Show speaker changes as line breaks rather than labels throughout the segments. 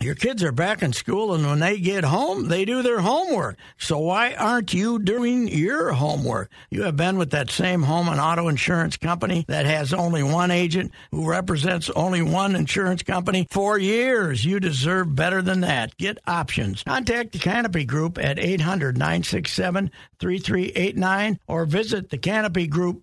Your kids are back in school, and when they get home, they do their homework. So why aren't you doing your homework? You have been with that same home and auto insurance company that has only one agent who represents only one insurance company for years. You deserve better than that. Get options. Contact the Canopy Group at 800 967 3389 or visit the Canopy Group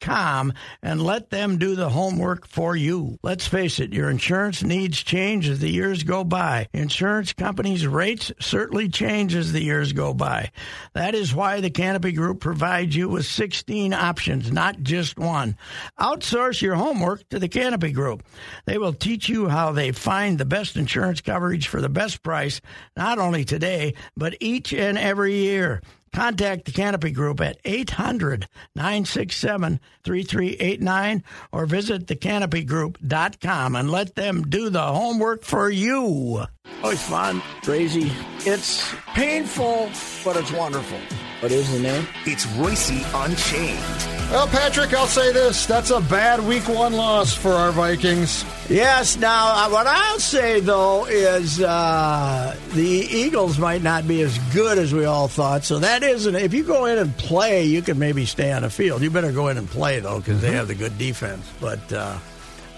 com and let them do the homework for you. Let's face it, your insurance needs change as the years go by. Insurance companies' rates certainly change as the years go by. That is why the Canopy Group provides you with 16 options, not just one. Outsource your homework to the Canopy Group. They will teach you how they find the best insurance coverage for the best price, not only today, but each and every year. Contact the Canopy Group at 800 967 3389 or visit thecanopygroup.com and let them do the homework for you. Always Oh, fun, crazy. It's painful, but it's wonderful. What is the name?
It's Royce Unchained.
Well, Patrick, I'll say this. That's a bad week one loss for our Vikings.
Yes, now uh, what I'll say though is uh, the Eagles might not be as good as we all thought. So that isn't. If you go in and play, you can maybe stay on the field. You better go in and play though, because
Mm-hmm.
they have the good defense. But uh,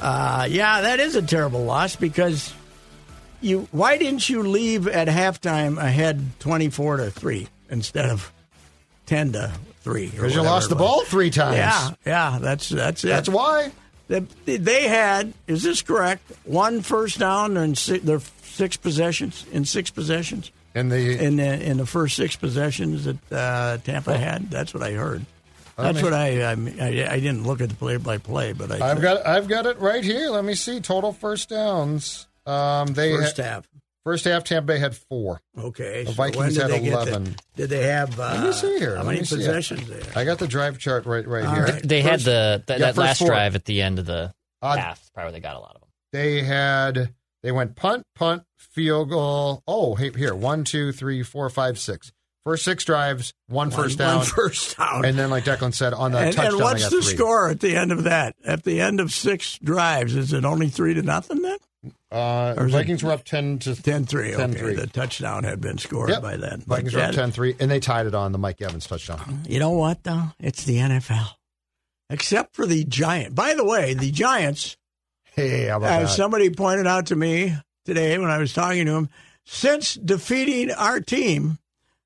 uh, yeah, that is a terrible loss because you. Why didn't you leave at halftime ahead twenty four to three instead of ten to three?
Because you lost the ball three times.
Yeah, yeah, that's that's it.
That's why.
They- They had, is this correct? One first down in si- their six possessions. In six possessions,
And the
in the, in the first six possessions that uh, Tampa had. That's what I heard. That's what I I, I I didn't look at the play by play, but I
I've got I've got it right here. Let me see total first downs. Um, they
first
ha-
half.
first half Tampa Bay had four.
Okay,
The
so when
Vikings
did
had
they get the-
11.
did they have? Uh,
Let me see here.
How
Let
many
me see it.
possessions they had?
I got the drive chart right right here.
right.
They
First-
had the th-
yeah,
that
first
last
four.
drive at the end of the
Uh,
half. Probably they got a lot of them.
They had they went punt punt field goal. Oh hey, here one two three four five six. First six drives,
One-
one first down,
One first down.
and then like Declan said on the
and,
touchdown.
and
they
what's
got
the
three.
score at the end of that? At the end of six drives, is it only three to nothing then? Or
Uh,
is it-
Vikings were up ten to
10-3. Okay.
10-3.
The touchdown had been scored
Yep.
by then. But
Vikings were up
that-
10-3, and they tied it on the Mike Evans touchdown.
You know what, though? It's the NFL. Except for the Giant. By the way, the Giants,
Hey, how about
as
that?
somebody pointed out to me today when I was talking to him, since defeating our team,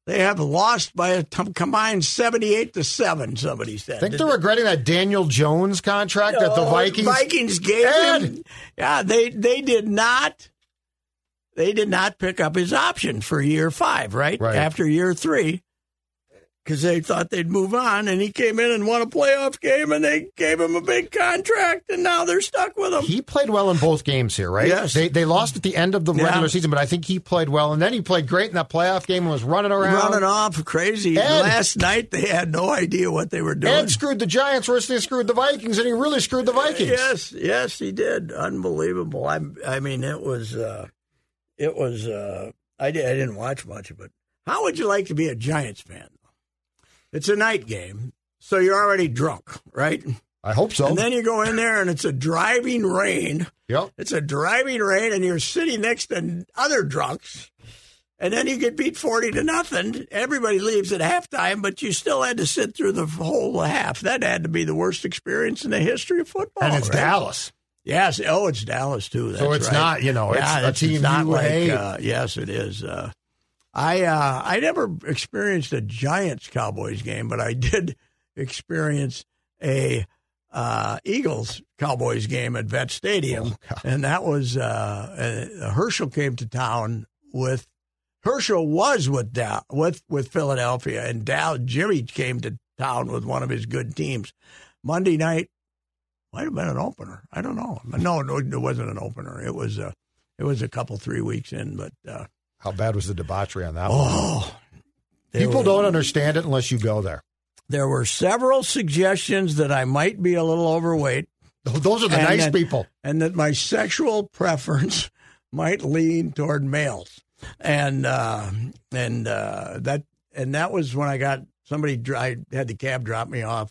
they have lost by a t- combined 78 to 7, somebody said.
think they're regretting that Daniel Jones contract that the
Oh,
Vikings.
Vikings gave
Ed!
him. Yeah, they they did not. They did not pick up his option for year five, right?
Right.
After year three, because they thought they'd move on, and he came in and won a playoff game, and they gave him a big contract, and now they're stuck with him.
He played well in both games here, right?
Yes.
They, they lost at the end of the
Yeah.
regular season, but I think he played well, and then he played great in that playoff game and was running around.
Running off crazy.
Ed!
Last night they had no idea what they were doing.
Ed screwed the Giants worse than he screwed the Vikings, and he really screwed the Vikings.
Yes, yes, he did. Unbelievable. I I mean, it was uh, it was uh, I did, I didn't watch much of it. How would you like to be a Giants fan? It's a night game, so you're already drunk, right?
I hope so.
And then you go in there and it's a driving rain.
yep.
It's a driving rain, and you're sitting next to other drunks. And then you get beat 40 to nothing. Everybody leaves at halftime, but you still had to sit through the whole half. That had to be the worst experience in the history of football.
And it's
Oh, right?
Dallas.
Yes. Oh, it's Dallas too. That's
So it's
right.
not, you know, it's
yeah,
a team
not
you
like.
hate.
Uh, yes, it is. Uh, I uh, I never experienced a Giants Cowboys game, but I did experience a uh, Eagles Cowboys game at Vet
Oh,
Stadium, and that was uh, uh, Herschel came to town with. Herschel was with Dow, with with Philadelphia, and Dow Jimmy came to town with one of his good teams. Monday night might have been an opener. I don't know. No, no, it wasn't an opener. It was a It was a couple, three weeks in, but uh,
How bad was the debauchery on that? one?
oh, there
People
were-
don't understand it unless you go there.
There were several suggestions that I might be a little overweight.
Th- Those are the
And
nice
then-
people.
and that my sexual preference might lean toward males, and uh, and uh, that and that was when I got somebody. dri- I had the cab drop me off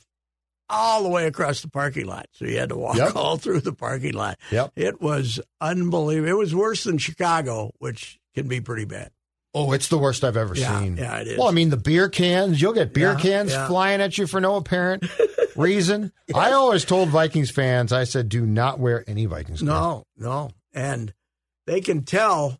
all the way across the parking lot, so you had to walk
Yep.
all through the parking lot.
Yep.
It was unbelievable. It was worse than Chicago, which can be pretty bad.
Oh, it's the worst I've ever
Yeah,
seen.
yeah, it is.
Well, I mean, the beer cans, you'll get beer
Yeah,
cans
yeah.
flying at you for no apparent reason. I always told Vikings fans, I said, do not wear any Vikings cans.
No, no, and they can tell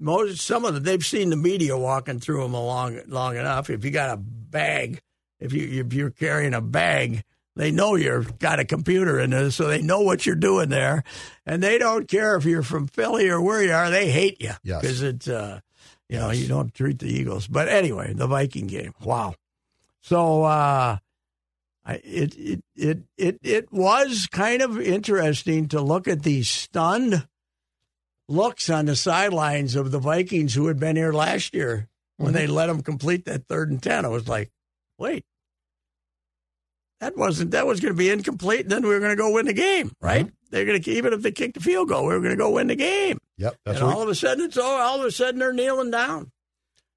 most some of them. They've seen the media walking through them long long enough. If you got a bag, if you if you're carrying a bag, they know you've got a computer in there, so they know what you're doing there, and they don't care if you're from Philly or where you are. They hate you
Yes.
because it's uh, you know you don't treat the Eagles. But anyway, the Viking game. Wow. So. uh I, it, it it it it was kind of interesting to look at the stunned looks on the sidelines of the Vikings who had been here last year when
Mm-hmm.
they let them complete that third and ten. I was like, wait, that wasn't that was going to be incomplete. And then we were going to go win the game, right? They're going to even if they kicked the field goal, we were going to go win the game.
Yep. That's
and
what
all
we-
of a sudden, it's all all of a sudden they're kneeling down.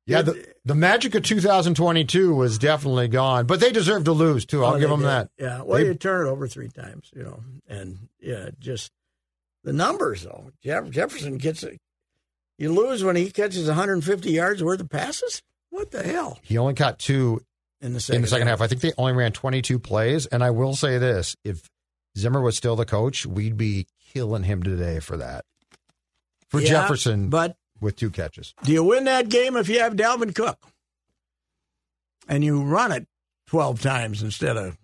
yeah, the, the magic of 2022 was definitely gone, but they deserve to lose, too. I'll
Oh,
give
they
them
did.
that.
Yeah. Well,
They-
you turn it over three times, you know, and yeah, just the numbers though. Jeff, Jefferson gets it. You lose when he catches 150 yards worth of passes. What the hell?
He only caught two
In the second,
in the second half. I think they only ran 22 plays. And I will say this if Zimmer was still the coach, we'd be killing him today for that. For
Yeah,
Jefferson
But
with two catches.
do you win that game if you have Dalvin Cook and you run it 12 times instead of,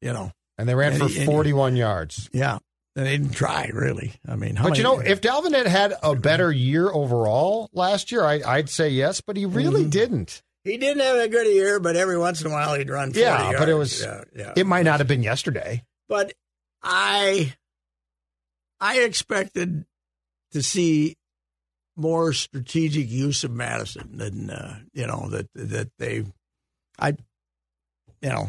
you know,
And they ran
And
for
he- and he-
41 yards.
yeah. And they didn't try really. I mean, how
But
many,
you know, if Dalvin had had a better year overall last year, I, I'd say yes, but he really
Mm.
didn't.
he didn't have a good year, but every once in a while he'd run. 40
Yeah, but it
yards.
was-
Yeah, yeah.
It might not have been yesterday.
but I I expected to see more strategic use of Madison than uh, you know that that they I you know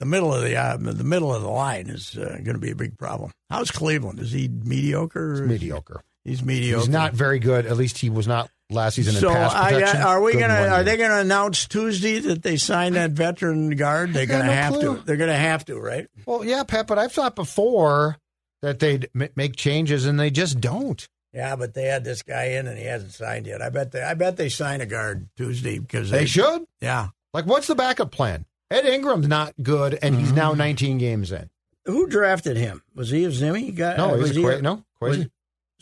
the middle of the uh, the middle of the line is uh, going to be a big problem. How's Cleveland? Is he mediocre?
It's
or-
mediocre.
He's mediocre.
He's not very good. At least he was not last season in
so
pass
I- I-
protection.
are we
Good
gonna?
one
Are
year.
they gonna announce Tuesday that they signed that veteran guard? They're
I got
gonna
no
have to.
clue.
They're gonna have to, right?
Well, yeah, Pat, but I've thought before that they'd m- make changes and they just don't.
Yeah, but they had this guy in and he hasn't signed yet. I bet they I bet they sign a guard Tuesday because
They should.
Yeah.
Like, what's the backup plan? Ed Ingram's not good, and he's
Mm-hmm.
now 19 games in.
Who drafted him? Was he a Zimmy? He got-
No,
uh,
he's
was
a
he
cra- no, crazy.
was-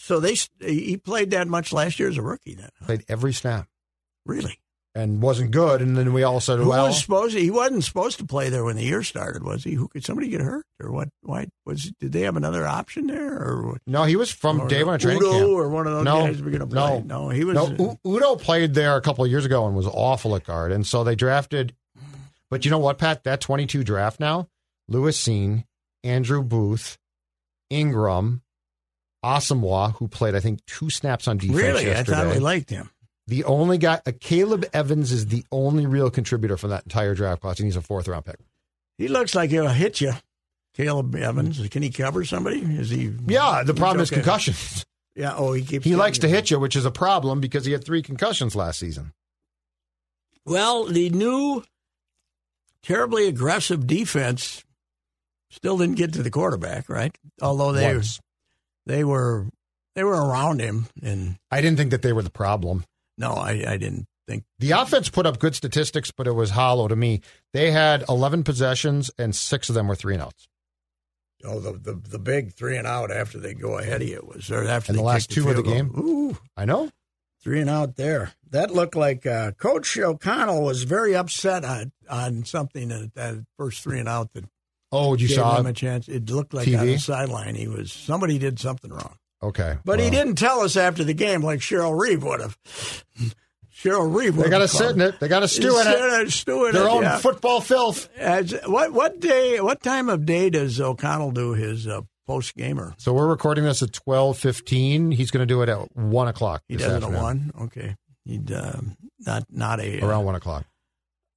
So they s- he played that much last year as a rookie then. huh?
Played every snap
Really?
and wasn't good, and then we all said,
Who
well,
was supposed he wasn't supposed to play there when the year started, was he? Who could somebody get hurt or what why was did they have another option there or what?
no, he was from
or
day one of training
Udo
camp.
or one of those
No,
guys were going to play.
no,
No, he was
No, U- Udo played there a couple of years ago and was awful at guard, and so they drafted. But you know what, Pat? That twenty-two draft now: Lewis Seen, Andrew Booth, Ingram, Asamoah, who played I think two snaps on defense
really I
yesterday.
thought we liked him.
the only guy, uh, Caleb Evans, is the only real contributor from that entire draft class, and he's a fourth-round pick.
He looks like he'll hit you. Caleb Evans, can he cover somebody? Is he?
Yeah, the
he's
problem is
okay.
concussions.
Yeah. Oh, he keeps.
He
getting-
likes to hit you, which is a problem because he had three concussions last season.
Well, the new terribly aggressive defense still didn't get to the quarterback, right? Although Oh, they
Once.
they were they were around him, and
I didn't think that they were the problem.
no, I, I didn't think.
The offense put up good statistics, but it was hollow to me. They had 11 possessions, and six of them were three and outs.
Oh, the, the the big three and out after they go ahead of you was or after
And
they
the last
kicked
two of the
field
game?
goal. Ooh.
I know.
Three and out there. That looked like uh, Coach O'Connell was very upset on, on something that, that first three and out that
Oh, you
gave
saw.
him a chance. It looked like
TV?
on the sideline he was somebody did something wrong,
Okay,
but he
well,
didn't tell us after the game like Cheryl Reeve would have. Cheryl Reeve.
They got to sit in it. They got to stew in it.
Stew in
Their
it.
own
yeah.
football filth.
As- what what day? What time of day does O'Connell do his uh, post gamer.
So we're recording this at twelve fifteen. He's going to do it at one o'clock.
He
this
does it at
afternoon.
one. Okay, he'd uh, not not a
around one o'clock.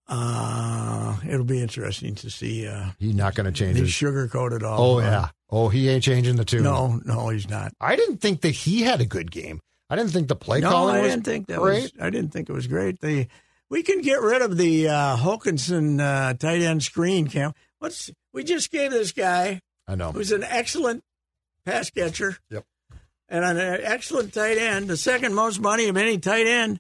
Uh, it'll be interesting to see. Uh,
He's not going to change
he's
his.
sugarcoated all.
Oh
of it.
yeah. Oh, he ain't changing the tune.
No, no, he's not.
I didn't think that he had a good game. I didn't think the play
no,
calling
I
was
didn't think that
great.
was. I didn't think it was great. They, we can get rid of the uh, Hokinson uh, tight end screen cam. What's we just gave this guy
I know.
who's an excellent pass catcher.
Yep.
And an excellent tight end, the second most money of any tight end.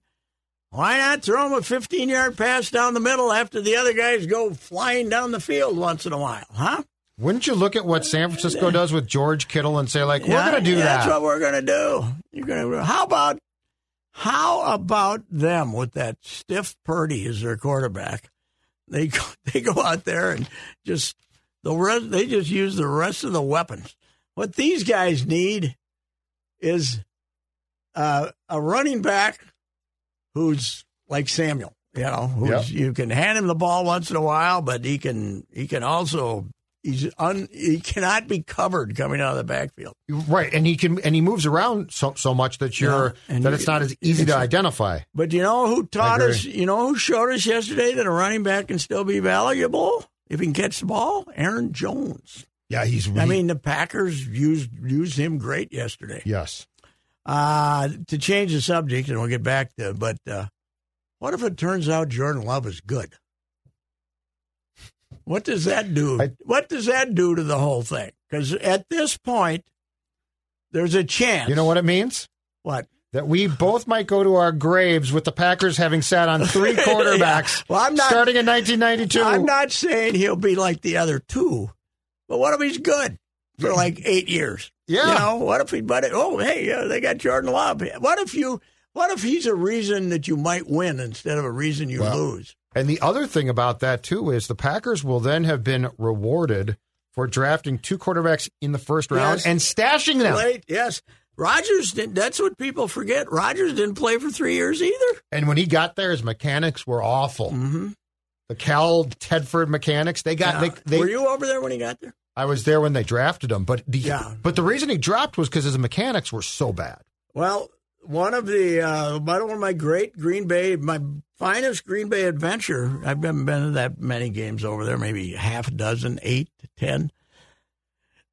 Why not throw him a 15 yard pass down the middle after the other guys go flying down the field once in a while, huh?
Wouldn't you look at what San Francisco does with George Kittle and say like,
Yeah,
we're going to do
That's
that?
what we're going to do. You're going to. How about how about them with that stiff Purdy as their quarterback? They go, they go out there and just the rest. They just use the rest of the weapons. What these guys need is uh, a running back who's like Samuel. You know, who's, you can hand him the ball once in a while, but he can he can also he's un, he cannot be covered coming out of the backfield.
Right, and he can and he moves around so so much that you're
Yeah, and
that
you-
it's not as easy to
it's-
identify.
But you know who taught
I agree.
us? You know who showed us yesterday that a running back can still be valuable if he can catch the ball? Aaron Jones.
Yeah, he's.
I mean, the Packers used used him great yesterday.
yes.
Uh, to change the subject, and we'll get back to. But uh, what if it turns out Jordan Love is good? What does that do?
I-
what does that do to the whole thing? Because at this point, there's a chance.
You know what it means?
What?
That we both might go to our graves with the Packers having sat on three quarterbacks
Yeah. Well, I'm not-
starting in 1992.
I'm not saying he'll be like the other two, but what if he's good for like eight years?
Yeah.
You know, what if he, but oh, hey, uh, they got Jordan Love. What if you, what if he's a reason that you might win instead of a reason you
Well,
lose?
And the other thing about that too is the Packers will then have been rewarded for drafting two quarterbacks in the first round
Yes.
and stashing them.
Late, yes. Rogers didn't, that's what people forget. Rogers didn't play for three years either.
And when he got there, his mechanics were awful.
Mm-hmm.
The Cal Tedford mechanics, they got they, they
Uh, Were you over there when he got there?
I was there when they drafted him, but the
Yeah.
but the reason he dropped was because his mechanics were so bad.
Well, one of the uh, one of my great Green Bay, my finest Green Bay adventure. I've been been to that many games over there, maybe half a dozen, eight to ten.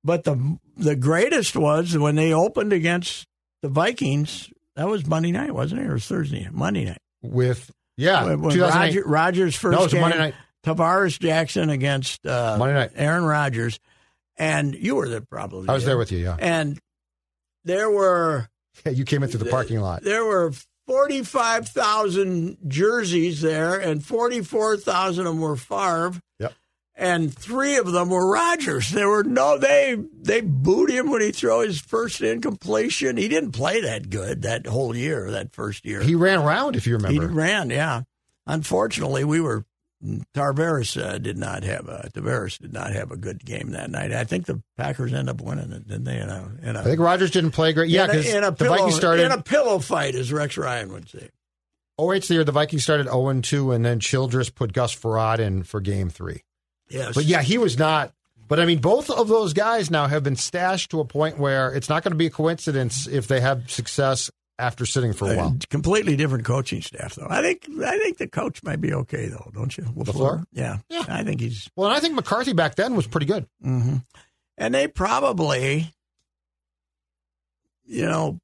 But the the greatest was when they opened against the Vikings. That was Monday night, wasn't it? Or it was Thursday night? Monday night.
With yeah,
When- when
2008.
Roger, Rogers first
No, it was
game,
Monday night.
Tavares Jackson against uh,
Monday night.
Aaron Rodgers, and you were there probably.
I was there with you. Yeah,
and there were
Yeah, you came in through the parking lot.
there were 45,000 jerseys there, and 44,000 of them were Favre.
Yep.
And three of them were Rogers. There were no they they booed him when he threw his first incompletion. He didn't play that good that whole year, that first year.
He ran around, if you
He
remember.
ran, yeah. Unfortunately, we were Tarveris uh, did not have a Tavares did not have a good game that night. I think the Packers end up winning it, didn't they? In a, in a,
I think Rogers didn't play great. Yeah,
in a-
because
in a
the
pillow-
Vikings started
in a pillow fight, as Rex Ryan would say.
oh eight's the year the Vikings started zero and two, and then Childress put Gus Farad in for Game Three.
Yes.
But yeah, he was not. But I mean, both of those guys now have been stashed to a point where it's not going to be a coincidence if they have success after sitting for a
Uh,
while.
completely different coaching staff, though. I think I think the coach might be okay, though, don't you? LaFleur?
LaFleur?
Yeah.
Yeah.
I think he's.
Well, and I think McCarthy back then was pretty good.
hmm And they probably, you know,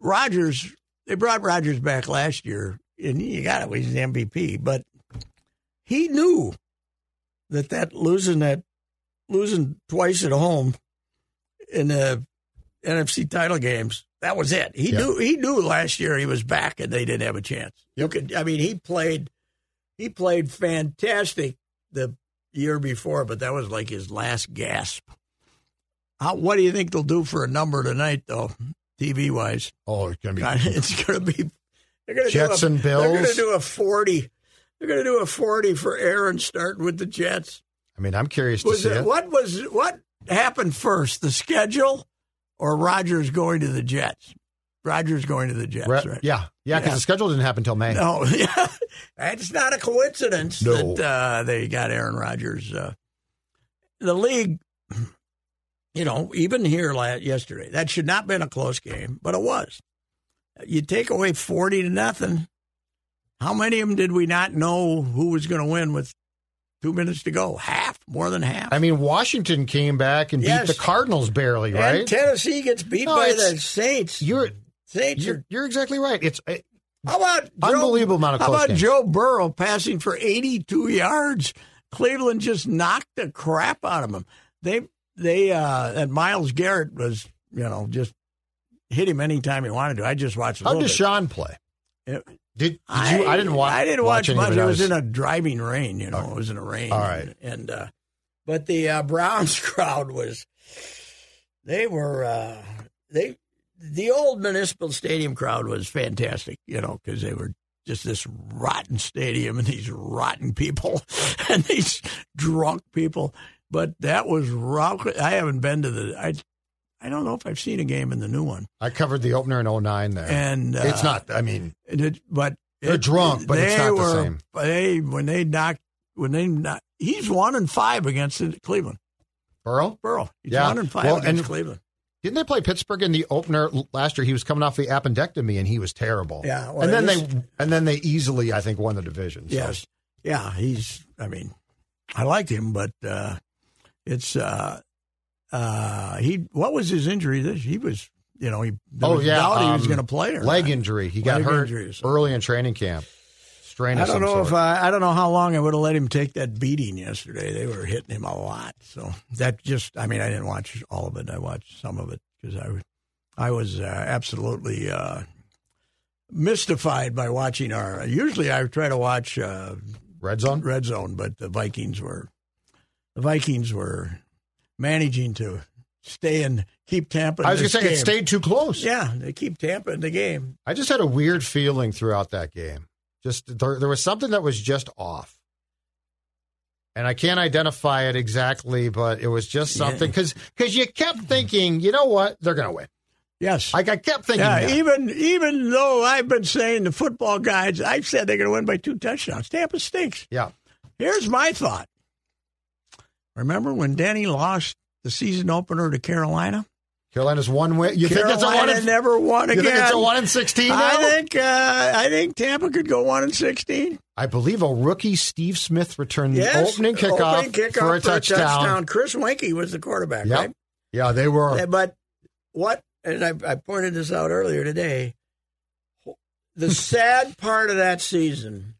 Rogers. They brought Rogers back last year, and you got it. He's the MVP, but he knew that that losing that losing twice at home in the NFC title games. That was it. He
Yeah.
knew he knew last year he was back and they didn't have a chance. You could I mean he played he played fantastic the year before, but that was like his last gasp. How, what do you think they'll do for a number tonight though, TV wise?
Oh, it's going to be
God, it's going to be. They're going to
Jets
do a,
and
They're going
Bills.
to do a forty. They're going to do a forty for Aaron starting with the Jets.
I mean, I'm curious to
Was
see
it,
it.
what was what happened first, the schedule or Rogers going to the Jets? Rogers going to the Jets,
Re-
right?
Yeah, yeah, because
Yeah.
the schedule didn't happen until May.
No, yeah, it's not a coincidence
No.
that uh, they got Aaron Rodgers. Uh, the league, you know, even here last, yesterday, that should not have been a close game, but it was. You take away 40 to nothing. How many of them did we not know who was going to win with two minutes to go? Half, more than half.
I mean, Washington came back and
Yes.
beat the Cardinals barely, right?
And Tennessee gets beat
No,
by
it's-
the Saints.
you're
Saints
you're
are.
you're exactly right. It's it,
How about Joe,
Unbelievable amount of
How
close
about
games.
Joe Burrow passing for 82 yards? Cleveland just knocked the crap out of him. They they uh and Miles Garrett was you know just hit him anytime he wanted to. I just watched. A
how
little
did
bit.
Deshaun play?
Yeah.
Did, did you? I didn't watch.
I didn't watch,
any of
much. It was
I
in a driving rain, you know. It was in a rain.
All right.
And, uh, but the uh, Browns crowd was, they were, uh, they, the old municipal stadium crowd was fantastic, you know, because they were just this rotten stadium and these rotten people and these drunk people. But that was rock. I haven't been to the. I, I don't know if I've seen a game in the new one.
I covered the opener in 09 there.
And uh,
it's not. I mean,
and it- but
They're
it-
drunk, but it's
they
not the
were-
same.
They when they knocked when they knocked, he's one and five against the Cleveland
Burrow
Burrow. He's
Yeah.
one and five
Well,
against
and-
Cleveland.
didn't they play Pittsburgh in the opener l- last year? He was coming off the appendectomy and he was terrible.
Yeah, well,
and then
it
they and then they easily, I think, won the division. so.
Yes, yeah, he's. I mean, I liked him, but uh, it's uh, uh, he. What was his injury? This he was. You know, he. there
Oh,
was
yeah,
doubt he was
um,
going to play or
leg
not.
injury. He got
Leg
hurt
injury or something.
early in training camp. Strain.
I
of
don't
some
know if
sort.
I, I don't know how long I would have let him take that beating yesterday. They were hitting him a lot, so that just I mean I didn't watch all of it. I watched some of it because I was I was uh, absolutely uh, mystified by watching our. Usually I try to watch uh,
red zone.
Red Zone, but the Vikings were the Vikings were managing to stay and keep Tampa. in
I was going
this
to say it
game.
stayed too close.
Yeah, they keep Tampa in the game.
I just had a weird feeling throughout that game. Just there, there was something that was just off, and I can't identify it exactly, but it was just something because you kept thinking, you know what, they're going to win.
Yes,
Like I kept thinking,
Yeah,
that.
even even though I've been saying the football guys, I've said they're going to win by two touchdowns. Tampa stinks.
yeah,
Here's my thought. Remember when Danny lost the season opener to Carolina?
Carolina's one win. You
Carolina
think that's a one? In,
never won
you
again.
think it's a one in sixteen?
I
now?
think uh, I think Tampa could go one and sixteen.
I believe a rookie Steve Smith returned the
Yes,
opening kickoff,
opening kickoff
for a touchdown.
Chris Winkie was the quarterback,
Yep.
right?
Yeah, they were.
Yeah, But what, and I, I pointed this out earlier today, the sad part of that season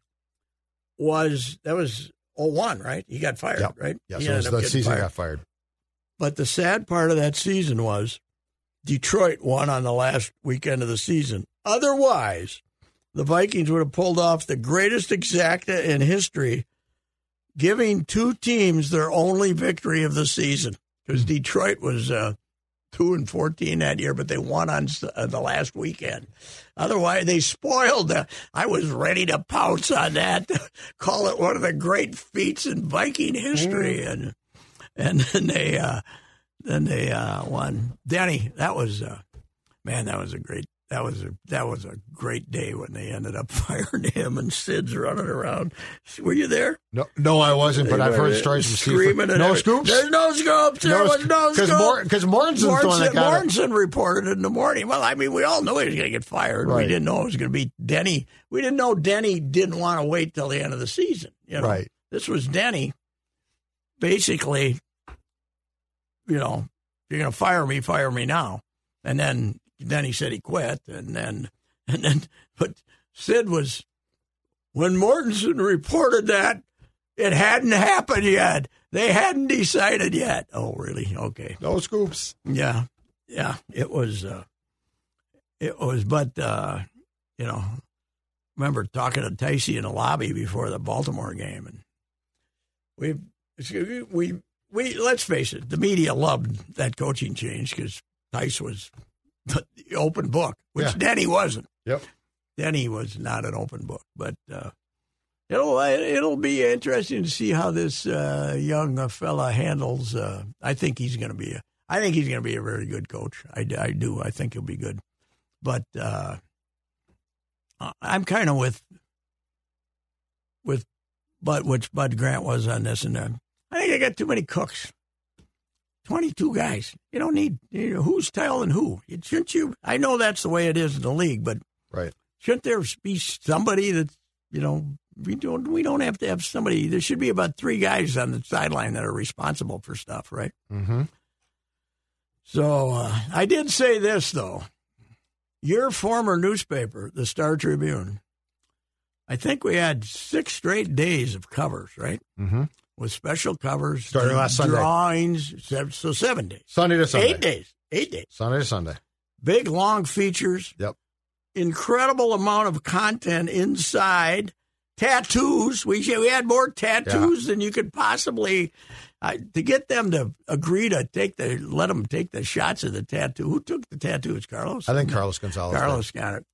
was that was 01, right? He got fired,
Yep.
right?
Yeah,
He
so it was
ended up
the
getting
season
fired.
got fired.
But the sad part of that season was Detroit won on the last weekend of the season. Otherwise, the Vikings would have pulled off the greatest exacta in history, giving two teams their only victory of the season because Detroit was uh, two and fourteen that year, but they won on s- uh, the last weekend. Otherwise, they spoiled. The, I was ready to pounce on that, call it one of the great feats in Viking history, and and then they uh, then they uh, won. Danny, that was uh, man, that was a great that was a that was a great day when they ended up firing him and Sid's running around. Were you there?
No, no, I wasn't. But
They
I've
were
heard stories from Steve.
screaming and
no
everything.
scoops.
There's no scoops. There
No
was no
sc- 'cause
scoops.
Mor- 'cause Morrison's the one that got it.
Morrison reported in the morning. Well, I mean, we all knew he was going to get fired. We
Right.
didn't know it was going to be Denny. We didn't know Denny didn't want to wait till the end of the season. You know?
Right.
This was Denny. Basically, you know, you're going to fire me, fire me now. And then then he said he quit, and then and then but Sid was when Mortensen reported that it hadn't happened yet. They hadn't decided yet. Oh, really? Okay.
No scoops.
Yeah, yeah. It was. Uh, it was, but uh, you know, remember talking to Tacey in the lobby before the Baltimore game, and we we we, we let's face it, the media loved that coaching change because Tice was the open book, which
Yeah.
Denny wasn't.
Yep.
Denny was not an open book, but. Uh, It'll uh, it'll be interesting to see how this uh, young fella handles. Uh, I think he's going to be a. I think he's going to be a very good coach. I, d- I do. I think he'll be good, but uh, I- I'm kind of with with uh, but which Bud Grant was on this and that. I think they got too many cooks. 22 guys. You don't need you know, who's telling who. It, shouldn't you? I know that's the way it is in the league, but
Right.
shouldn't there be somebody that's you know we don't we don't have to have somebody. There should be about three guys on the sideline that are responsible for stuff, right?
Mm-hmm.
So uh, I did say this though. Your former newspaper, the Star Tribune, I think we had six straight days of covers, right?
Mm-hmm.
With special covers,
Starting last Sunday.
drawings, seven, so seven days,
Sunday to Sunday.
eight days, eight days,
Sunday to Sunday.
big long features,
Yep.
incredible amount of content inside. Tattoos. We should- we had more tattoos than you could possibly I, to get them to agree to take the let them take the shots of the tattoo. Who took the tattoos, Carlos?
I think Carlos Gonzalez.
Carlos got it.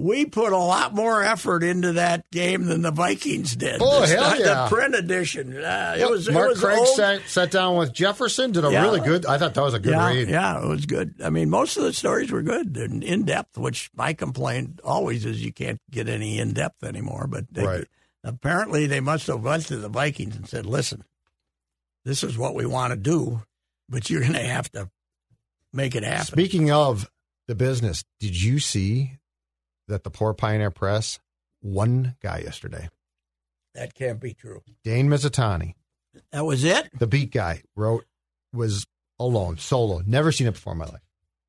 We put a lot more effort into that game than the Vikings did.
Oh,
It's
hell
not
yeah.
The print edition. Uh,
did.
it was
Mark
it was
Craig
old.
sat, sat down with Jefferson. Did a
Yeah.
really good. I thought that was a good
yeah,
read.
yeah, it was good. I mean, most of the stories were good and in depth. Which my complaint always is you can't get any in depth anymore. But they,
Right.
apparently, they must have went to the Vikings and said, "Listen, this is what we want to do, but you're going to have to make it happen."
Speaking of the business, did you see that the poor Pioneer Press one guy yesterday?
that can't be true.
Dane Mizutani,
That was it.
the beat guy, wrote was alone, solo. Never seen it before in my life.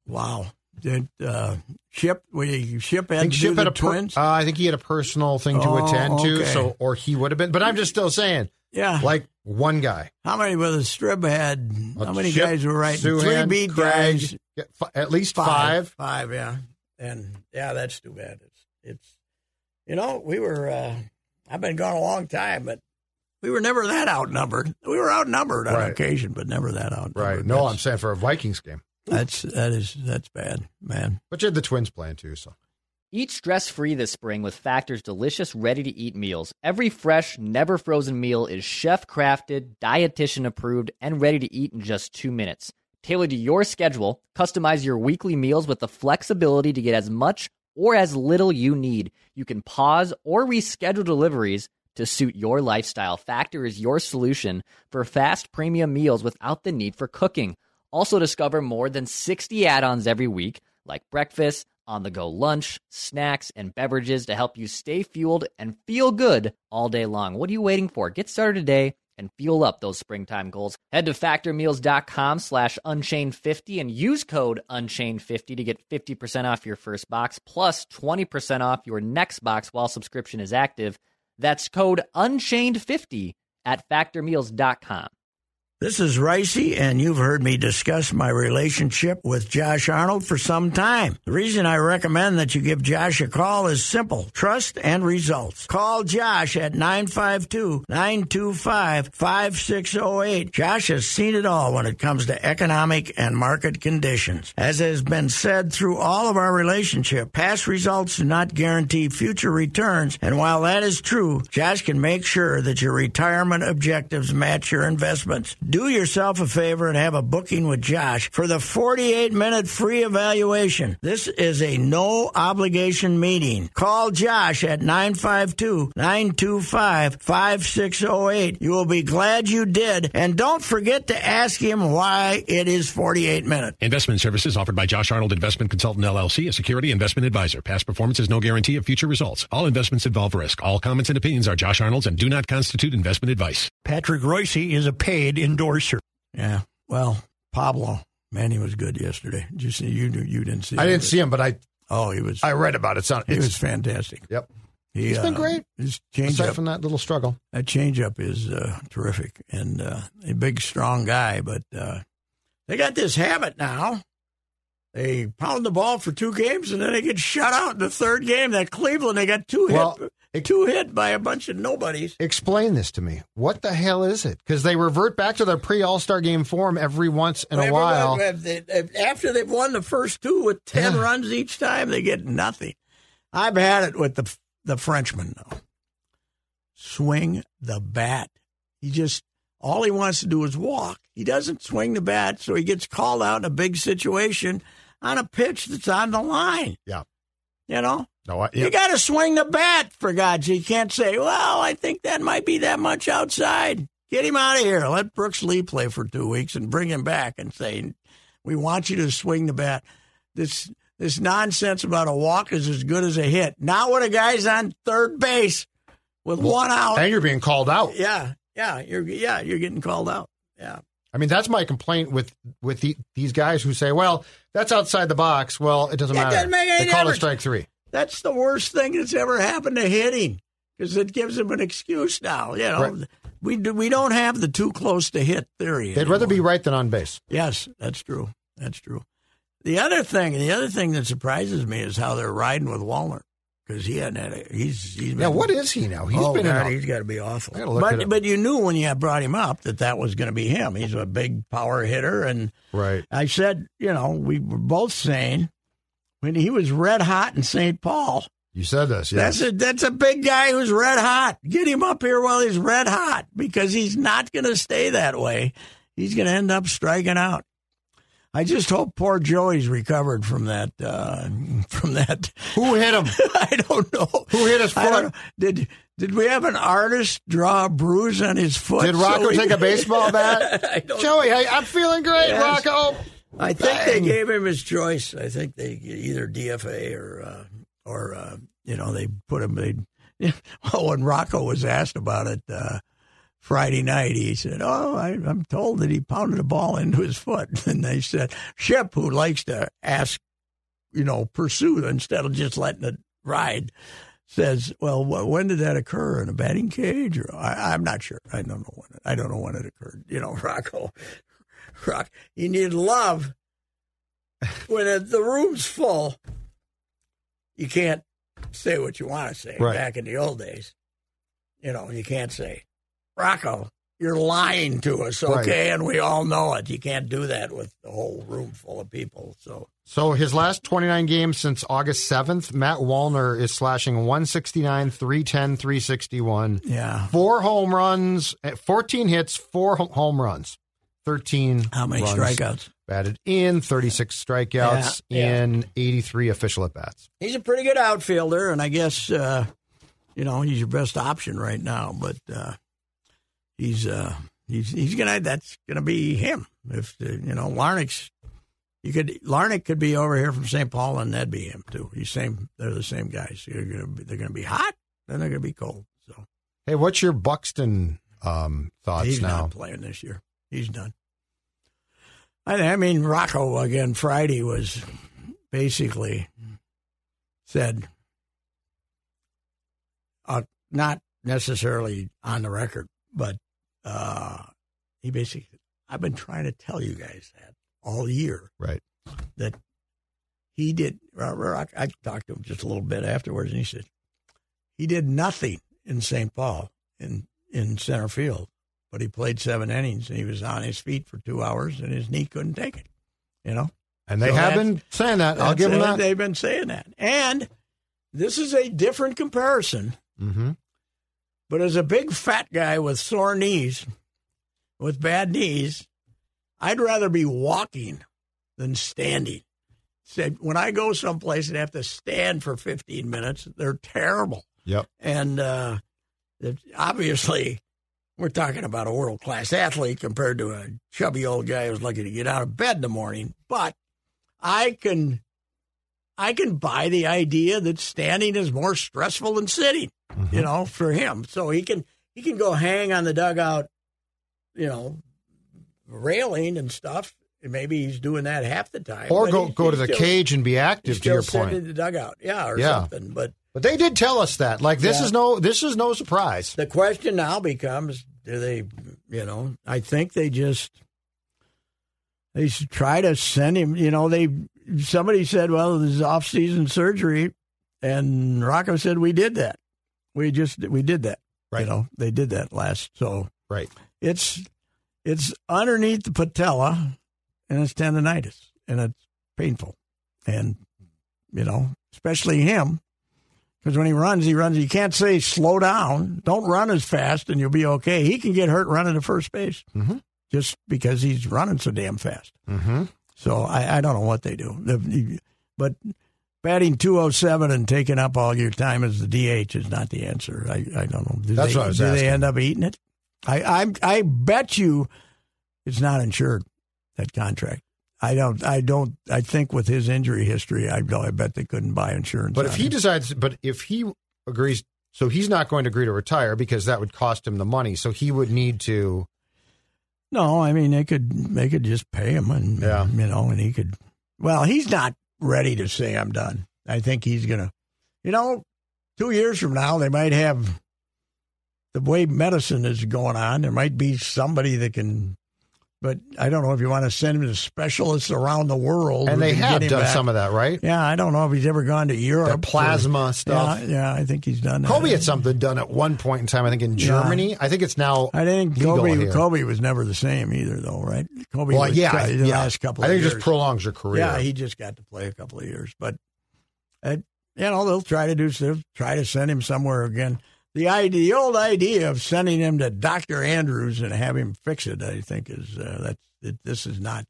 Wow. Did uh, ship? We ship
I
had
think
to
Ship
do
had
the
a per-
twins.
uh, I think he had a personal thing to
Oh,
attend to,
okay.
so or he would have been. But I'm just still saying,
yeah.
like one guy,
how many was it? Strib had?
Uh,
how many
Ship,
guys were right? Three
Suhan,
beat
Craig,
guys.
yeah, f- at least
five,
five.
five, yeah, and yeah, that's too bad. It's it's you know we were uh, I've been gone a long time, but we were never that outnumbered. We were outnumbered on
Right.
occasion, but never that outnumbered.
Right? No, I'm
that's,
saying for a Vikings game,
that's that is that's bad, man.
but you had the Twins playing too, so
Eat stress free this spring with Factor's delicious, ready to eat meals. Every fresh, never frozen meal is chef crafted, dietitian approved, and ready to eat in just two minutes. Tailored to your schedule, customize your weekly meals with the flexibility to get as much or as little you need. You can pause or reschedule deliveries to suit your lifestyle. Factor is your solution for fast premium meals without the need for cooking. Also, discover more than 60 add ons every week, like breakfast, on the go lunch, snacks, and beverages to help you stay fueled and feel good all day long. What are you waiting for? Get started today and fuel up those springtime goals. Head to factormeals.com slash unchained50 and use code unchained50 to get 50% off your first box plus 20% off your next box while subscription is active. That's code unchained50 at factormeals.com.
This is Ricey, and you've heard me discuss my relationship with Josh Arnold for some time. The reason I recommend that you give Josh a call is simple trust and results. Call Josh at 952 925 5608. Josh has seen it all when it comes to economic and market conditions. As has been said through all of our relationship, past results do not guarantee future returns, and while that is true, Josh can make sure that your retirement objectives match your investments. Do yourself a favor and have a booking with Josh for the 48 minute free evaluation. This is a no obligation meeting. Call Josh at 952 925 5608. You will be glad you did, and don't forget to ask him why it is 48 minutes.
Investment services offered by Josh Arnold Investment Consultant LLC, a security investment advisor. Past performance is no guarantee of future results. All investments involve risk. All comments and opinions are Josh Arnold's and do not constitute investment advice.
Patrick Royce is a paid endorser.
Yeah. Well, Pablo, man, he was good yesterday. Did you see? You you didn't see?
I
him,
didn't
but-
see him, but I
Oh, he was.
I read about it. It's not,
he was
it's,
fantastic.
yep.
He,
He's been
uh,
great.
His change
Aside
up,
from that little struggle,
that change up is uh, terrific, and uh, a big, strong guy. But uh, they got this habit now. They pound the ball for two games, and then they get shut out in the third game. That Cleveland, they got two
Well,
hit, two hit by a bunch of nobodies.
explain this to me. What the hell is it? Because they revert back to their pre All Star game form every once in a
Wait, wait,
while.
wait, wait. They- After they've won the first two with ten
Yeah.
runs each time, they get nothing. I've had it with the the Frenchman though. Swing the bat. He just all he wants to do is walk. He doesn't swing the bat, so he gets called out in a big situation on a pitch that's on the line.
Yeah.
You know,
No, I,
you
yeah.
got to swing the bat for God's sake. You can't say, "Well, I think that might be that much outside." Get him out of here. Let Brooks Lee play for two weeks and bring him back and say, we want you to swing the bat. This this nonsense about a walk is as good as a hit. Now when a guy's on third base with one out.
and you're being called out.
Yeah, yeah, you're yeah, you're getting called out. Yeah.
I mean, that's my complaint with with the, these guys who say, "Well, that's outside the box." Well, it doesn't
It
matter.
doesn't make any
they call
difference.
it strike three.
That's the worst thing that's ever happened to hitting because it gives him an excuse now. You know,
Right.
we do, we don't have the too close to hit theory.
They'd rather
anymore.
be right than on base.
Yes, that's true. That's true. The other thing, the other thing that surprises me is how they're riding with Walner because he hadn't had a, he's he's
Yeah, what is he now? He's
oh,
been
God,
in.
he's got to be awful.
I gotta look it
But
up.
but you knew when you brought him up that that was going to be him. He's a big power hitter, and
right.
I said, you know, we were both saying when he was red hot in St. Paul.
You said this. Yes.
That's a that's a big guy who's red hot. Get him up here while he's red hot because he's not going to stay that way. He's going to end up striking out. I just hope poor Joey's recovered from that. Uh, from that,
Who hit him?
I don't know
Who hit his
I
foot?
don't- Did did we have an artist draw a bruise on his foot?
Did Rocco
so he-
take a baseball bat?
I don't
Joey, hey, I'm feeling great,
Yes.
Rocco.
I think they
Bang.
gave him his choice. I think they either DFA or uh, or uh, you know they put him. They oh, when Rocco was asked about it uh, Friday night, he said, "Oh, I, I'm told that he pounded a ball into his foot." And they said, "Shep, who likes to ask, you know, pursue instead of just letting it ride." Says, well, wh- when did that occur in a batting cage? Or I, I'm not sure. I don't know when. It, I don't know when it occurred. You know, Rocco, Rock, you need love when it, the room's full, you can't say what you want to say.
Right.
Back in the old days, you know, you can't say, Rocco, you're lying to us,
Right.
okay? And we all know it. You can't do that with the whole room full of people. So,
So his last 29 games since August 7th, Matt Wallner is slashing 169, 310, 361,
yeah.
four home runs, eh, 14 hits, four ho- home runs, 13
How many
runs
strikeouts?
batted in, 36 strikeouts
Yeah, yeah.
in 83 official at bats.
He's a pretty good outfielder, and I guess, uh, you know, he's your best option right now, but uh, he's. Uh, He's, he's gonna that's gonna be him if uh, you know Larnick's you could Larnick could be over here from St Paul and that'd be him too he's same they're the same guys they're gonna be, they're gonna be hot then they're gonna be cold so
Hey, what's your Buxton um, thoughts
he's
now?
not playing this year. He's done. I, I mean, Rocco again Friday was basically said, uh, not necessarily on the record, but uh, he basically, I've been trying to tell you guys that all year
Right.
he did. I, I talked to him just a little bit afterwards, and he said he did nothing in St. Paul in in center field, but he played seven innings and he was on his feet for two hours, and his knee couldn't take it. You know,
And they
So
have
that's-
been saying that. I'll
That's-
give them
they-
that.
They've been saying that, and this is a different comparison.
mm-hmm.
But as a big fat guy with sore knees, with bad knees, I'd rather be walking than standing. Said when I go someplace and have to stand for 15 minutes, they're terrible.
Yep.
And uh, it- obviously, we're talking about a world class athlete compared to a chubby old guy who's lucky to get out of bed in the morning. But I can, I can buy the idea that standing is more stressful than sitting.
Mm-hmm.
You know, for him, so he can he can go hang on the dugout, you know, railing and stuff. And maybe he's doing that half the time,
Or
but
go,
he's-
go to
he's
the
still-
cage and be
he's
active, to
still
your
sitting
point.
in the dugout, yeah, or
Yeah.
something. But
But they did tell us that. Like this
Yeah.
is no this is no surprise.
The question now becomes: Do they, you know? I think they just they should try to send him. You know, they somebody said, "Well, this is off-season surgery," and Rocco said, "We did that. We just we did that. You
Right.
know, they did that last. So
Right.
it's it's underneath the patella, and it's tendonitis, and it's painful, and you know, especially him." Because when he runs, he runs. You can't say slow down. Don't run as fast, and you'll be okay. He can get hurt running to first base
Mhm.
just because he's running so damn fast.
Mm-hmm.
So I, I don't know what they do. The- But batting 207 and taking up all your time as the DH is not the answer. I, I don't know. Do
That's
they,
what I was
Do they
asking.
end up eating it? I I, I bet you it's not insured that contract. I don't. I don't. I think with his injury history, I don't. I bet they couldn't buy insurance.
But if
on
he
him.
decides, but if he agrees, so he's not going to agree to retire because that would cost him the money. So he would need to.
no, I mean they could. They could just pay him, and
Yeah.
you know, and he could. Well, he's not ready to say I'm done. I think he's gonna. You know, two years from now, they might have the way medicine is going on. There might be somebody that can. But I don't know if you want to send him to specialists around the world.
And
who
they
can get
have
him
done
back.
some of that, right?
Yeah, I don't know if he's ever gone to Europe.
The
or-
plasma stuff.
Yeah, yeah, I think he's done that.
Kobe had something done at one point in time, I think in Germany. I think it's now.
I think
legal
Kobe.
here.
Kobe was never the same either, though, right? Kobe.
Well,
was
yeah,
cut the
yeah.
last couple.
I
of
think it
years.
just prolongs your career.
Yeah, he just got to play a couple of years, but uh, you know they'll try to do. They'll try to send him somewhere again. The idea, the old idea of sending him to Doctor Andrews and have him fix it, I think is uh, that's it, this is not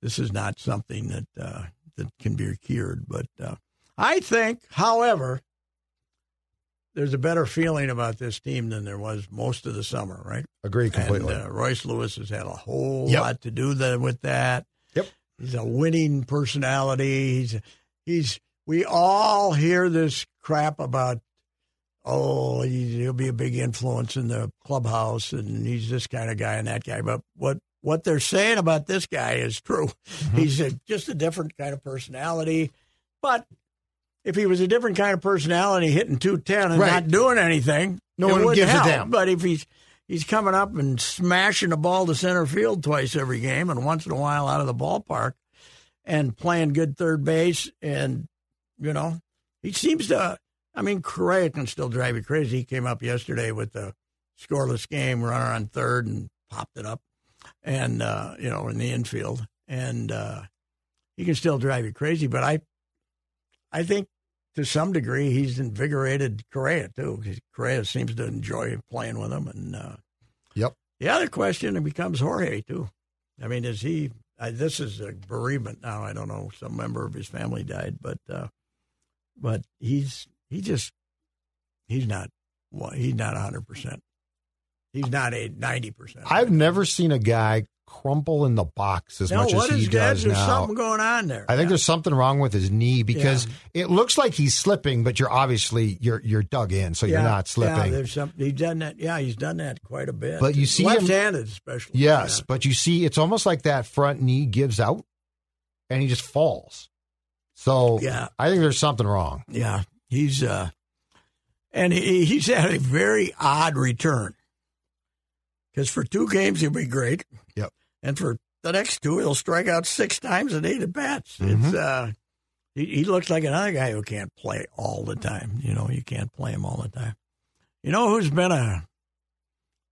this is not something that uh, that can be cured. But uh, I think, however, there's a better feeling about this team than there was most of the summer, right?
Agree completely.
And, uh, Royce Lewis has had a whole
Yep.
lot to do the, with that.
Yep.
He's a winning personality. He's he's. We all hear this crap about. Oh, he- he'll be a big influence in the clubhouse, and he's this kind of guy and that guy. But what what they're saying about this guy is true.
Mm-hmm.
He's a, just a different kind of personality. But if he was a different kind of personality, hitting two ten and
Right.
not doing anything,
No
it
one
wouldn't
gives a
help.
damn.
But if he's he's coming up and smashing the ball to center field twice every game, and once in a while out of the ballpark, and playing good third base, and you know, he seems to. I mean, Correa can still drive you crazy. He came up yesterday with the scoreless game, runner on third, and popped it up, and uh, you know, in the infield, and uh, he can still drive you crazy. But I, I think to some degree he's invigorated Correa too. 'cause Correa seems to enjoy playing with him, and uh,
Yep.
The other question becomes Jorge too. I mean, is he? I, this is a bereavement now. I don't know. Some member of his family died, but uh, but he's he just he's not well, he's not hundred percent. He's not a ninety percent.
I've never seen a guy crumple in the box as
no,
much as
what
he
is that?
does
There's
now.
something going on there.
I think there's something wrong with his knee because it looks like he's slipping, but you're obviously you're you're dug in, so you're not
Yeah,
slipping.
there's some, he's done that. Yeah, he's done that quite a bit.
But you see him-
left-handed, especially.
yes,
Yeah.
but you see, it's almost like that front knee gives out, and he just falls. So
Yeah.
I think there's something wrong.
Yeah, he's uh, and he, he's had a very odd return because for two games he'll be great.
Yep.
And for the next two, he'll strike out six times in eight at bats.
Mm-hmm.
It's uh, he, he looks like another guy who can't play all the time. You know, you can't play him all the time. You know who's been a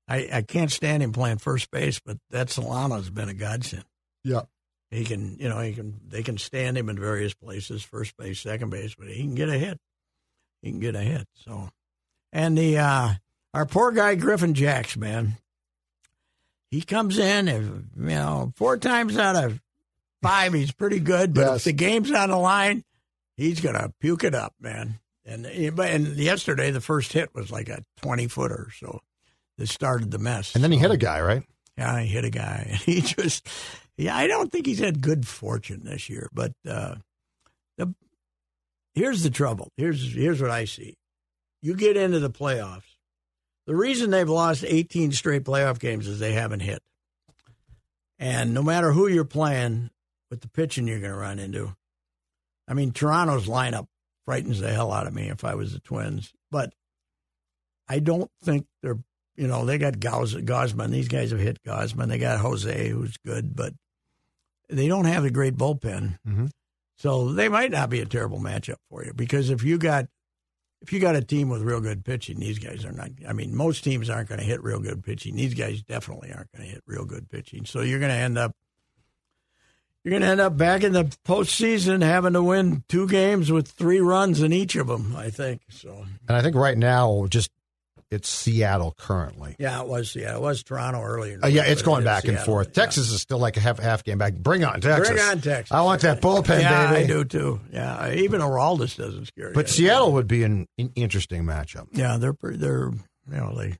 I, I can't stand him playing first base, but that Solana's been a godsend.
Yeah,
He can, you know, he can. They can stand him in various places, first base, second base, but he can get a hit. He can get a hit. So, and the uh, our poor guy Griffin Jacks, man, he comes in, and, you know, four times out of five, he's pretty good. But if
Yes.
the game's on the line, he's gonna puke it up, man. And eh, and yesterday, the first hit was like a twenty footer, so it started the mess.
and then he
So-
hit a guy, right?
yeah, I hit a guy. And he just, yeah, I don't think he's had good fortune this year. But uh, the here's the trouble. Here's here's what I see. You get into the playoffs. The reason they've lost 18 straight playoff games is they haven't hit. And no matter who you're playing, with the pitching you're going to run into, I mean, Toronto's lineup frightens the hell out of me if I was the Twins. But I don't think they're, you know, they got Gaus- Gosman. These guys have hit Gosman. They got Jose, who's good, but they don't have a great bullpen.
Mhm.
So they might not be a terrible matchup for you because if you got if you got a team with real good pitching, these guys are not. I mean, most teams aren't going to hit real good pitching. These guys definitely aren't going to hit real good pitching. So you're going to end up you're going to end up back in the postseason having to win two games with three runs in each of them. I think so.
And I think right now, just it's Seattle currently.
Yeah, it was. Yeah, it was Toronto earlier.
Uh, yeah, it's
But
going
it's
back and
Seattle.
forth.
Yeah.
Texas is still like a half half game back. Bring on Texas.
Bring on Texas.
I want that bullpen,
yeah,
baby.
I do too. Yeah, even Araldis doesn't scare
But
you.
Seattle would be an, an interesting matchup.
Yeah, they're pretty. They're you know they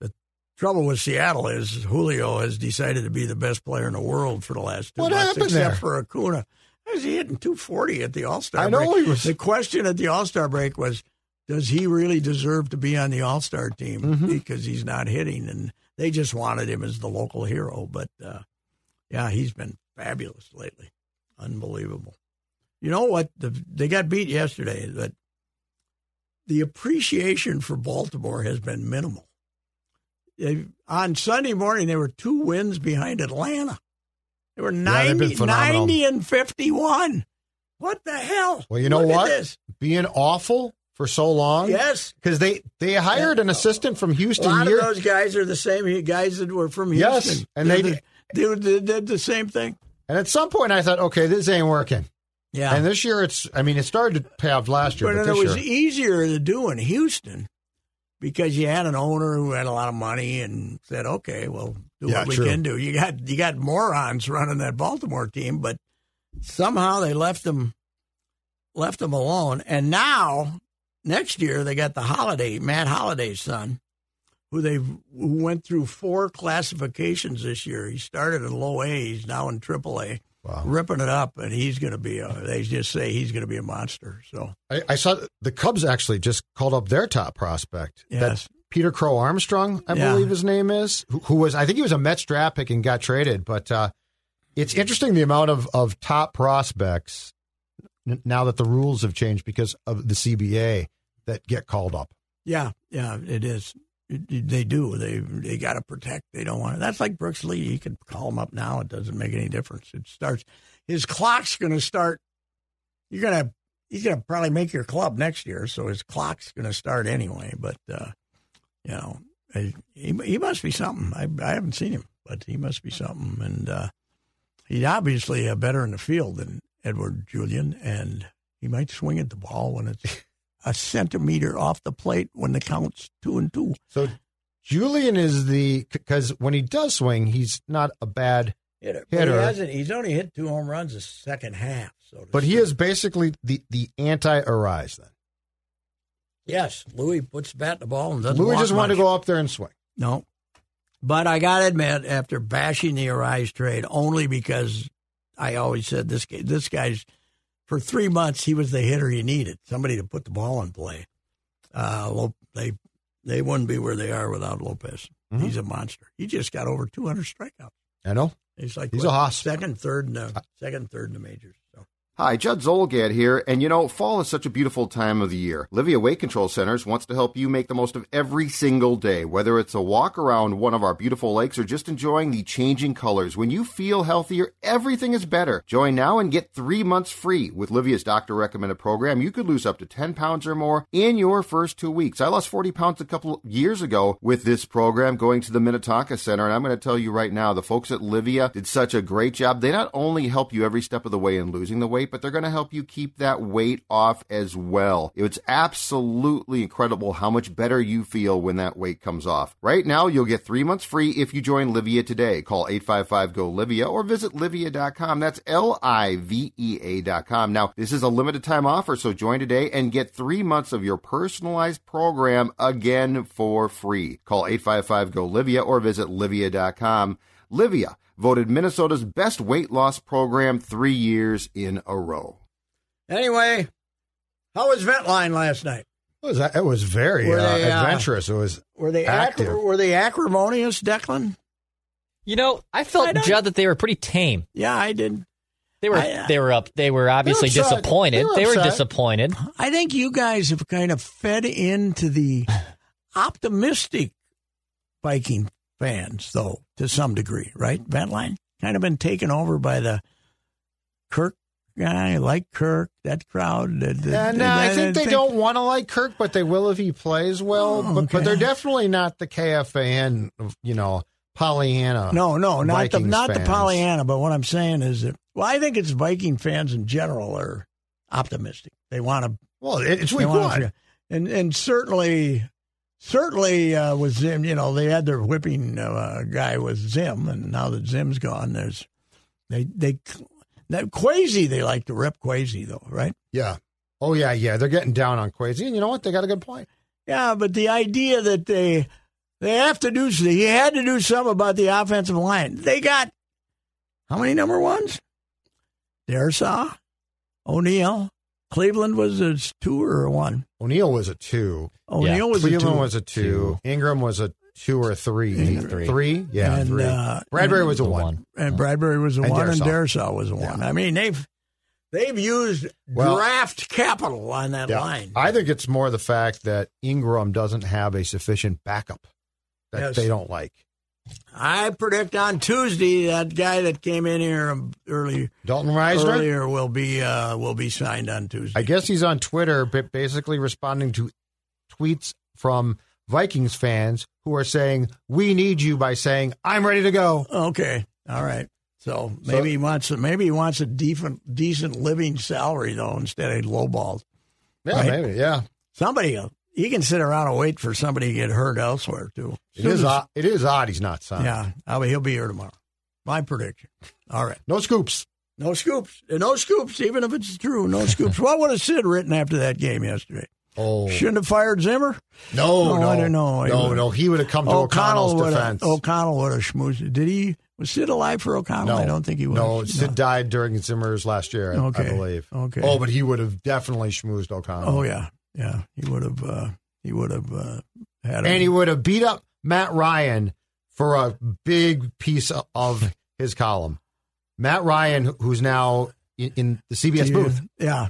the Trouble with Seattle is Julio has decided to be the best player in the world for the last two
What
months,
happened
except
there?
for Acuna. Why Is he hitting 240 at the All Star?
I know
break?
he was-
The question at the All Star break was, does he really deserve to be on the All Star team
Mm-hmm.
because he's not hitting? And they just wanted him as the local hero. But uh, yeah, he's been fabulous lately, unbelievable. You know what? The, they got beat yesterday, but the appreciation for Baltimore has been minimal. They, on Sunday morning, they were two wins behind Atlanta. They were
Yeah, they've been
90,
phenomenal.
90 and 51. What the hell?
Well, you know
Look at
what?
this.
Being awful for so long.
Yes.
Because they, they hired an assistant from
A
Houston
lot of
year.
those guys are the same guys that were from Houston.
Yes, and they
did, they did, did the same thing.
and at some point, I thought, okay, this ain't working.
Yeah.
And this year, it's, I mean, it started to pay off last year,
But
but,
it
this
was e-
year.
easier to do in Houston because you had an owner who had a lot of money and said, "Okay, well, do
Yeah,
what we
true.
can do." You got you got morons running that Baltimore team, but somehow they left them left them alone. And now next year they got the Holiday Matt Holiday's son, who they who went through four classifications this year. He started in low A, he's now in Triple A. Ripping it up, and he's going to be. A, they just say he's going to be a monster. So
I, I saw the Cubs actually just called up their top prospect.
Yes.
That's Peter Crow Armstrong, I
Yeah.
believe his name is, who, who was, I think he was a Mets draft pick and got traded. But uh, it's interesting the amount of, of top prospects n- now that the rules have changed because of the CBA that get called up.
Yeah, yeah, it is. It- it- They do. They they got to protect. They don't want to. That's like Brooks Lee. You can call him up now. It doesn't make any difference. It starts. His clock's going to start. You're gonna. He's going to probably make your club next year, so his clock's going to start anyway. But uh, you know, he, he he must be something. I I haven't seen him, but he must be something. And uh, he's obviously uh, better in the field than Edward Julian, and he might swing at the ball when it's a centimeter off the plate when the count's two and two.
So Julian is the, because when he does swing, he's not a bad,
Hitter.
But he Hitter. hasn't-
he's only hit two home runs the second half. So
but he is basically the, the anti Arise then.
Yes, Louis puts the bat in the ball and doesn't.
Louis
walk
just wanted
much.
to go up there and swing.
No. But I got to admit, after bashing the Arise trade, only because I always said this guy, this guy's for three months he was the hitter you needed, somebody to put the ball in play. Uh, Lop- they they wouldn't be where they are without Lopez.
Mhm.
He's a monster. He just got over 200 strikeouts.
I know.
He's like
He's
what,
a Uh, hoss.
Second, third, in the, second, third in the majors. So.
Hi, Judd Zolgad here, and you know, fall is such a beautiful time of the year. Livia Weight Control Centers wants to help you make the most of every single day, whether it's a walk around one of our beautiful lakes or just enjoying the changing colors. When you feel healthier, everything is better. Join now and get three months free. With Livia's doctor recommended program, you could lose up to 10 pounds or more in your first two weeks. I lost 40 pounds a couple years ago with this program going to the Minnetonka Center, and I'm going to tell you right now, the folks at Livia did such a great job. They not only help you every step of the way in losing the weight, but they're going to help you keep that weight off as well. It's absolutely incredible how much better you feel when that weight comes off. Right now, you'll get three months free if you join Livia today. Call 855-GO-LIVIA or visit livia.com. That's L-I-V-E-A E dot com. Now, this is a limited time offer, so join today and get three months of your personalized program again for free. Call 855-GO-LIVIA or visit livia.com. Livia, voted Minnesota's best weight loss program three years in a row.
Anyway, how was Ventline last night?
It was, it was very
Were
uh,
they, uh,
adventurous. It was
Were they
Active.
acri- were they acrimonious, Declan?
You know, I felt
I don't-
Judd that they were pretty tame.
Yeah, I did.
They were
I-
they were up. They were obviously
upset. They
disappointed.
were
They were,
upset.
disappointed.
I think you guys have kind of fed into the optimistic biking fans, though, to some degree, right? Ventline kind of been taken over by the Kirk guy, like Kirk, that crowd. the- the-
And uh, I
that-
think they don't want to like Kirk, but they will if he plays well.
Oh,
but, but
okay.
they're definitely not the KFAN, you know, Pollyanna.
No, no, not the
Uh, Vikings
not
fans.
the Pollyanna. But what I'm saying is that well, I think it's Viking fans in general are optimistic. They want to
Well, it, it's
They
week
wanted
one.
to- And and certainly, certainly uh, with Zim, you know, they had their whipping uh, guy with Zim, and now that Zim's gone, there's they they that Quasi they like to rip Quasi though, right?
Yeah. Oh, yeah, yeah. They're getting down on Quasi. And you know what? They got a good point.
Yeah, but the idea that they They have to do. He had to do something about the offensive line. They got how many number ones? Darsaw, O'Neal. Cleveland was a two or a one.
O'Neal was a two.
O'Neal was a two.
Cleveland was a two. Ingram was a two or a three.
Ingram.
Three. Yeah,
And,
three.
uh,
Bradbury was a
The
one.
and Bradbury was a
And
one, and
Darrisaw.
Darsaw was a one. I mean, they've they've used
Well-
draft capital on that
Yeah.
line.
I think it's more the fact that Ingram doesn't have a sufficient backup that
Yes.
they don't like.
I predict on Tuesday that guy that came in here early
Dalton Reisner.
earlier will be uh, will be signed on Tuesday.
I guess he's on Twitter, but basically responding to tweets from Vikings fans who are saying, "We need you" by saying, "I'm ready to go."
Okay, all right. So maybe he wants maybe he wants a decent decent living salary though instead of lowballed.
Yeah,
Right.
maybe. Yeah,
Somebody uh, he can sit around and wait for somebody to get hurt elsewhere too.
it is. Odd, it is odd. He's not signed.
Yeah, I'll be, he'll be here tomorrow. My prediction. All right.
No scoops.
No scoops. No scoops, even if it's true. No scoops. what would have Sid written after that game yesterday?
Oh
Shouldn't have fired Zimmer?
no,
Oh,
no,
I don't know. He
no,
would've-
no. He would have come to O'Connell's
would
defense.
have, O'Connell would have schmoozed. Did he? Was Sid alive for O'Connell?
no,
I don't think he was.
No, Sid died during Zimmer's last year, I, I
Okay.
believe.
Okay.
Oh, but he would have definitely schmoozed O'Connell.
Oh yeah, yeah. He would have. Uh, he would have uh, had. a-
and he would have beat up Matt Ryan for a big piece of his column. Matt Ryan, who's now in, in the CBS booth,
Yeah.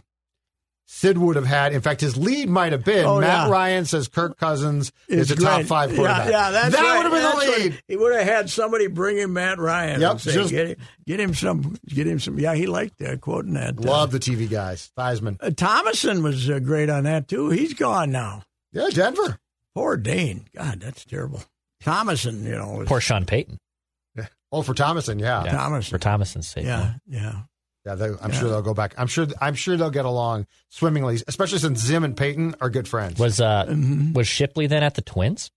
Sid would have had. In fact, his lead might have been
Oh,
Matt
yeah.
Ryan says Kirk Cousins is
It's
a top
great.
five quarterback.
Yeah, yeah that's
that
right.
would have been
That's what-
the lead.
He would have had somebody bring him Matt Ryan.
Yep,
and say,
just-
get, him, get him some. Get him some. Yeah, he liked that quoting that. uh,
Love the TV guys. Theismann.
Uh, Thomason was uh, great on that too. He's gone now.
Yeah, Denver.
Poor Dane. God, that's terrible. Thomason, you know. was-
Poor Sean Payton
Oh, for Thomason, yeah, yeah.
Yeah.
Thomason.
for Thomason's sake.
Yeah, yeah.
they, I'm sure they'll go back. I'm sure. I'm sure they'll get along swimmingly, especially since Zim and Peyton are good friends.
Was uh was Shipley then at the Twins?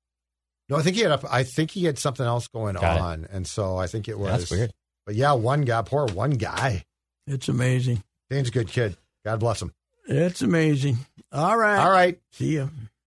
No, I think he had. A, I think he had something else going
Got it.
on, and so I think it was.
Yeah, that's weird.
But yeah, one guy, poor one guy.
It's amazing.
Dane's a good kid. God bless him.
It's amazing. All right.
All right.
See ya.